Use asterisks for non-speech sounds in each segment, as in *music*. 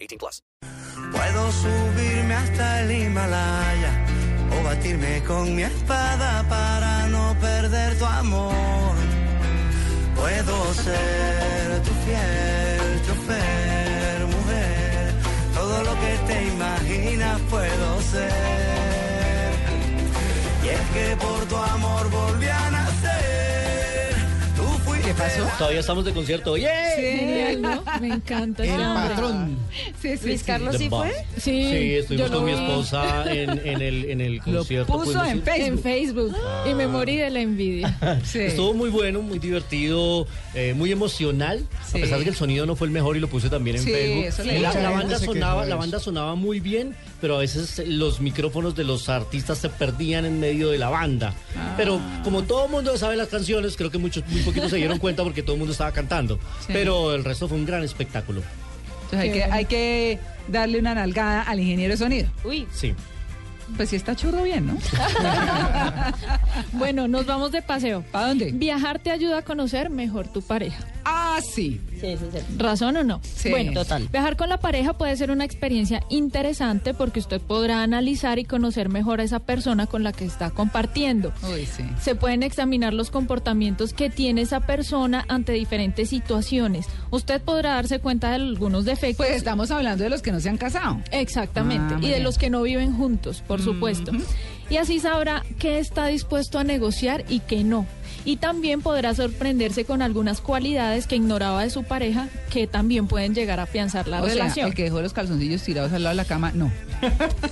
18 plus. Puedo subirme hasta el Himalaya o batirme con mi espada para no perder tu amor. Puedo ser tu fiel chofer, mujer. Todo lo que te imaginas puedo ser. Y es que por tu amor volví a nacer. Tú fuiste Todavía estamos de concierto. ¡Yeah! Genial, ¿no? Me encanta. El ese hombre. patrón. Sí, sí, Luis sí. Carlos The sí boss. fue. Sí, Sí, estuvimos yo lo con mi vi esposa en, en el, en *laughs* el concierto. pues, Puso fuimos- en Facebook. En Facebook. Y me morí de la Ah. envidia. Sí. Estuvo muy bueno, muy divertido, eh, muy emocional, Sí. a pesar de que el sonido no fue el mejor y lo puse también en Sí, Facebook. eso le Y la, la dije. Mucha banda gente se quejó sonaba, de la eso. banda sonaba muy bien, pero a veces los micrófonos de los artistas se perdían en medio de la banda. Pero Ah. como todo el mundo sabe las canciones, creo que muchos, muy poquitos se dieron cuenta porque todo el mundo estaba cantando. Sí. Pero el resto fue un gran espectáculo. Entonces hay Qué que, bueno. hay que darle una nalgada al ingeniero de sonido. Uy, Sí. Pues sí está churro bien, ¿no? Bueno, nos vamos de paseo. ¿Para dónde? Viajar te ayuda a conocer mejor tu pareja. Ah, sí. sí, sí, sí. ¿Razón o no? Sí. bueno, Total. viajar con la pareja puede ser una experiencia interesante porque usted podrá analizar y conocer mejor a esa persona con la que está compartiendo. Uy, sí. Se pueden examinar los comportamientos que tiene esa persona ante diferentes situaciones. Usted podrá darse cuenta de algunos defectos. Pues estamos hablando de los que no se han casado. Exactamente. Ah, Mm, muy y de bien. los que no viven juntos, por supuesto. Y así sabrá qué está dispuesto a negociar y qué no. Y también podrá sorprenderse con algunas cualidades que ignoraba de su pareja que también pueden llegar a afianzar la O sea, relación. el que dejó los calzoncillos tirados al lado de la cama, no.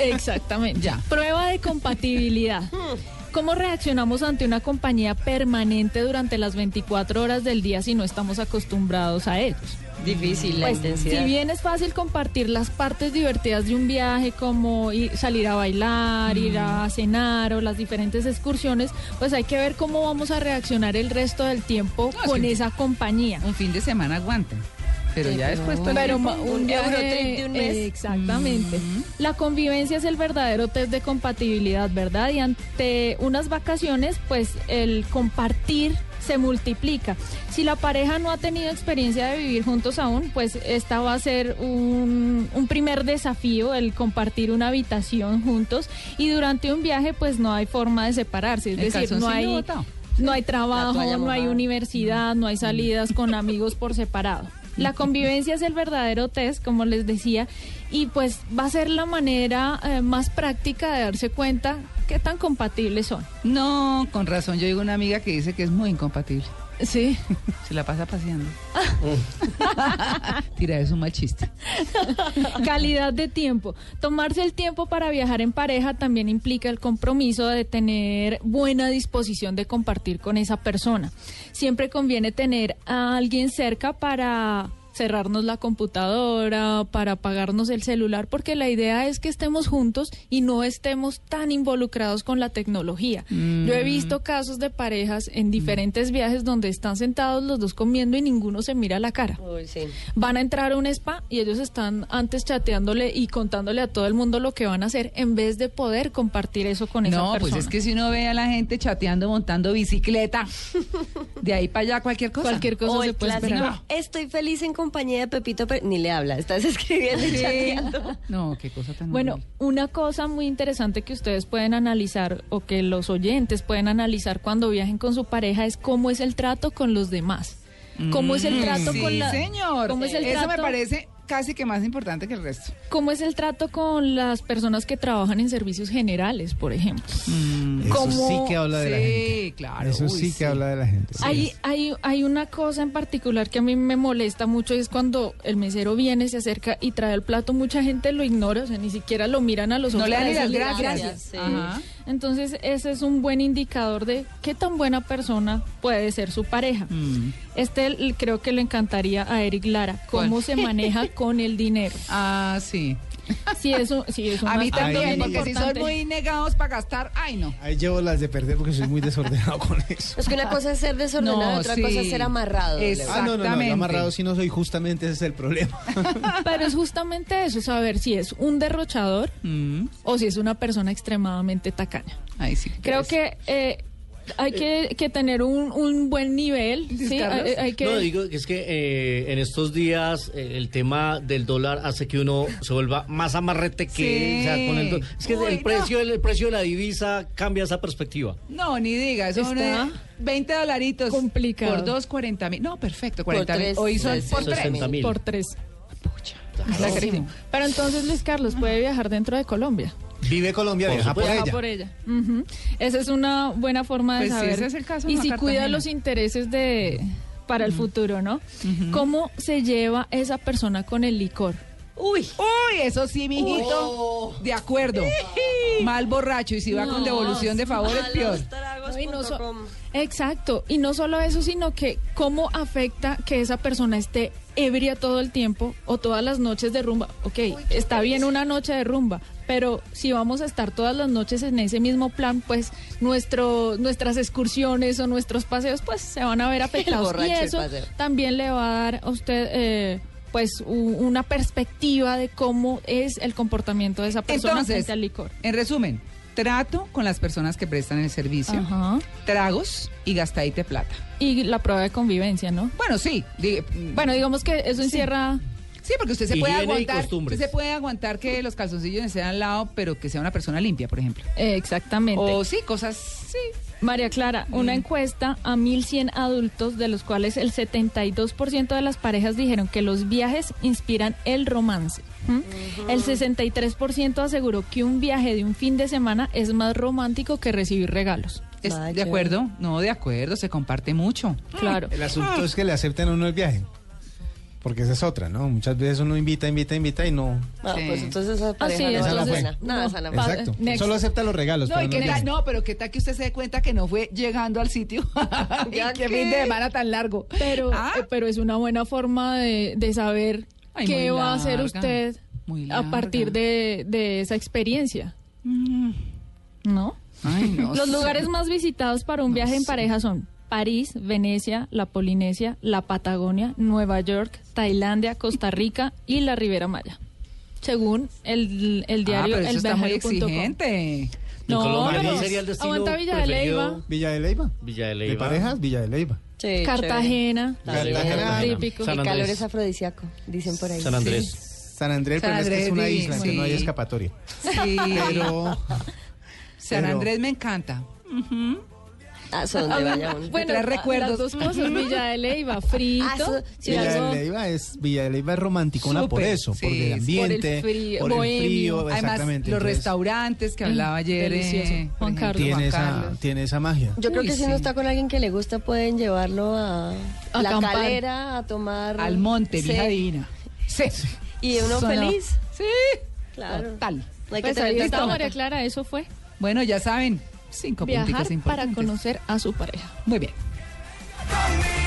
Exactamente. Ya. Prueba de compatibilidad. ¿Cómo reaccionamos ante una compañía permanente durante las 24 horas del día si no estamos acostumbrados a ellos? Difícil la Pues, intensidad. si bien es fácil compartir las partes divertidas de un viaje, como ir- salir a bailar, ir a cenar o las diferentes excursiones, pues hay que ver cómo vamos a reaccionar el resto del tiempo No, con sí. esa compañía. Un fin de semana aguanta. Pero ya después todo el Pero tiempo- ma- un, un viaje- Eurotrip de un mes. Exactamente. La convivencia es el verdadero test de compatibilidad, ¿verdad? Y ante unas vacaciones, pues el compartir se multiplica. Si la pareja no ha tenido experiencia de vivir juntos aún, pues esta va a ser un, un primer desafío, el compartir una habitación juntos. Y durante un viaje, pues no hay forma de separarse. Es El decir, no calzoncillo hay, botado. no hay La trabajo, toalla no hay mojada. universidad, no hay salidas con amigos por separado. La convivencia es el verdadero test, como les decía, y pues va a ser la manera eh, más práctica de darse cuenta qué tan compatibles son. No, con razón. Yo digo una amiga que dice que es muy incompatible. *laughs* Sí. Se la pasa paseando. Tira, es un mal chiste. *laughs* Calidad de tiempo. Tomarse el tiempo para viajar en pareja también implica el compromiso de tener buena disposición de compartir con esa persona. Siempre conviene tener a alguien cerca para cerrarnos la computadora, para apagarnos el celular, porque la idea es que estemos juntos y no estemos tan involucrados con la tecnología. Yo he visto casos de parejas en diferentes viajes donde están sentados los dos comiendo y ninguno se mira la cara Uy, sí. van a entrar a un spa y ellos están antes chateándole y contándole a todo el mundo lo que van a hacer en vez de poder compartir eso con esa No, persona. pues es que si uno ve a la gente chateando, montando bicicleta, de ahí para allá cualquier cosa. cualquier cosa o se el puede clásico, esperar. estoy feliz en compañía de Pepito, pero ni le habla, estás *laughs* escribiendo y chateando. No, qué cosa tan Bueno, horrible. una cosa muy interesante que ustedes pueden analizar o que los oyentes pueden analizar cuando viajen con su pareja es cómo es el trato con los demás. ¿Cómo es el Mm, trato Sí, con la señor. ¿Cómo es el Eso me trato? parece casi que más importante que el resto. ¿Cómo es el trato con las personas que trabajan en servicios generales, por ejemplo? Mm, Eso sí Como- que habla de la gente. Sí, claro. Eso uy, sí que habla de la gente. Hay, hay, hay una cosa en particular que a mí me molesta mucho y es cuando el mesero viene, se acerca y trae el plato, mucha gente lo ignora, o sea, ni siquiera lo miran a los No ojos. le dan para ni las decirle gracias. Ah. Sí. Ajá. Entonces ese es un buen indicador de qué tan buena persona puede ser su pareja. Este l- creo que le encantaría a Eric Lara, ¿Cuál? cómo se maneja con el dinero. Ah, sí. Si es un, si es un A mí aspecto también, bien porque si son importante. muy negados para gastar, ay no. Ahí llevo las de perder porque soy muy desordenado con eso. Es que una cosa es ser desordenado, No, otra sí. cosa es ser amarrado. Exacto. Ah, no, no, no, Exactamente. yo amarrado si no soy justamente, ese es el problema. *laughs* Pero es justamente eso, saber si es un derrochador Mm, o si es una persona extremadamente tacaña. Ay, sí. Creo que eh, hay que, que tener un, un buen nivel, ¿Dices, ¿sí? Carlos? Hay, eh, hay que... No, digo, es que eh, en estos días eh, el tema del dólar hace que uno se vuelva más amarrete que... Sí. o sea, con el do- es que Uy, el, no. precio, el, el precio de la divisa cambia esa perspectiva. No, ni diga, eso Está uno- 20 dolaritos. complicado. Por dos, 40 mil. No, perfecto, 40 mil. tres, Hoy son tres, por tres. 60 mil. por tres. Está carísimo. Pero entonces Luis Carlos puede viajar dentro de Colombia. Vive Colombia, Por viaja por supuesto. Viaja ella. por ella. Ujú. Esa es una buena forma de Pues sí, saber. ese es el caso de y Ana si cuida Cartagena. los intereses de para el futuro, ¿no? ¿Cómo se lleva esa persona con el licor? Uy. Uy, eso sí, mijito. De acuerdo. Mal borracho. Y si va con Oh. No, devolución de favores, peor. Y no so- Exacto, y no solo eso, sino que cómo afecta que esa persona esté ebria todo el tiempo o todas las noches de rumba. Ok, está bien una noche de rumba, pero si vamos a estar todas las noches en ese mismo plan, pues nuestro, nuestras excursiones o nuestros paseos pues se van a *laughs* ver afectados. borracho y del eso paseo. también le va a dar a usted... eh, pues u- una perspectiva de cómo es el comportamiento de esa persona Entonces, frente al licor. en resumen, trato con las personas que prestan el servicio, Ajá. tragos y gastadita de plata. Y la prueba de convivencia, ¿no? Bueno, sí. di- Bueno, digamos que eso encierra. Sí, porque usted se puede Higiene y aguantar. costumbres. Usted se puede aguantar que los calzoncillos estén al lado, pero que sea una persona limpia, por ejemplo. eh, exactamente. O sí, cosas. Sí. María Clara, una encuesta a 1.100 adultos, de los cuales el 72% de las parejas dijeron que los viajes inspiran el romance. ¿m? El 63% aseguró que un viaje de un fin de semana es más romántico que recibir regalos. Es- Vaya. de acuerdo. No, de acuerdo. Se comparte mucho. Claro. El asunto es que le acepten a uno el viaje. Porque esa es otra, ¿no? Muchas veces uno invita, invita, invita y no. Ah, Sí. pues entonces esa pareja sí, no vale la entonces- pena. no. Nada, esa no vale. Pa- Exacto. next. Solo acepta los regalos. No, y pero no que el tal- viaje. no, pero qué tal que usted se dé cuenta que no fue llegando al sitio. *laughs* y Ya qué que- fin de semana tan largo. Pero, *laughs* Ah. eh, pero es una buena forma de, de saber Ay, qué muy va a hacer larga, usted muy a partir larga. de, de esa experiencia. ¿No? Ay, Mm. no Los sé. lugares más visitados para un viaje en pareja son París, Venecia, la Polinesia, la Patagonia, Nueva York, Tailandia, Costa Rica y la Riviera Maya. Según el, el diario ah, pero eso El está muy Viajero punto com. exigente. No, Colombia pero sería el destino aguanta Villa de preferido. Leyva, Villa de Leiva. Villa de De Leyva. parejas, Villa de Leiva. Sí, Cartagena. Cartagena. Cartagena. Típico. San chévere. El calor Andrés. es afrodisíaco, dicen por ahí. San Andrés. San Andrés, San pero es que es Andrés, una sí, isla, que no hay sí. escapatoria. *laughs* Sí, Pero San pero- Andrés me encanta. Ah, son donde vaya uno. Bueno, trae la- recuerdos. las dos cosas, Villa de *laughs* Leyva, frito. Ah, eso- sí, y Villa algo- de Leiva es, Villa de Leiva es romanticona por Súper, eso, sí, por el por el ambiente, por el frío, frío, bohemio. Además, exactamente. los entonces, restaurantes que hablaba ayer. eh, delicioso. por Juan ejemplo, Carlos. Tiene esa, Carlos. tiene esa magia. Yo creo Uy, que si no sí. está con alguien que le gusta, pueden llevarlo a, A la acampar. calera, a tomar. Al monte, Sí. vieja divina. Sí. Y uno Sonó. feliz. Sí. Claro. Total. No hay que Pues tener ahí tanto está mapa. María Clara, eso fue Bueno, ya saben, cinco viajar puntitos para importantes. conocer a su pareja. Muy bien. Conmigo.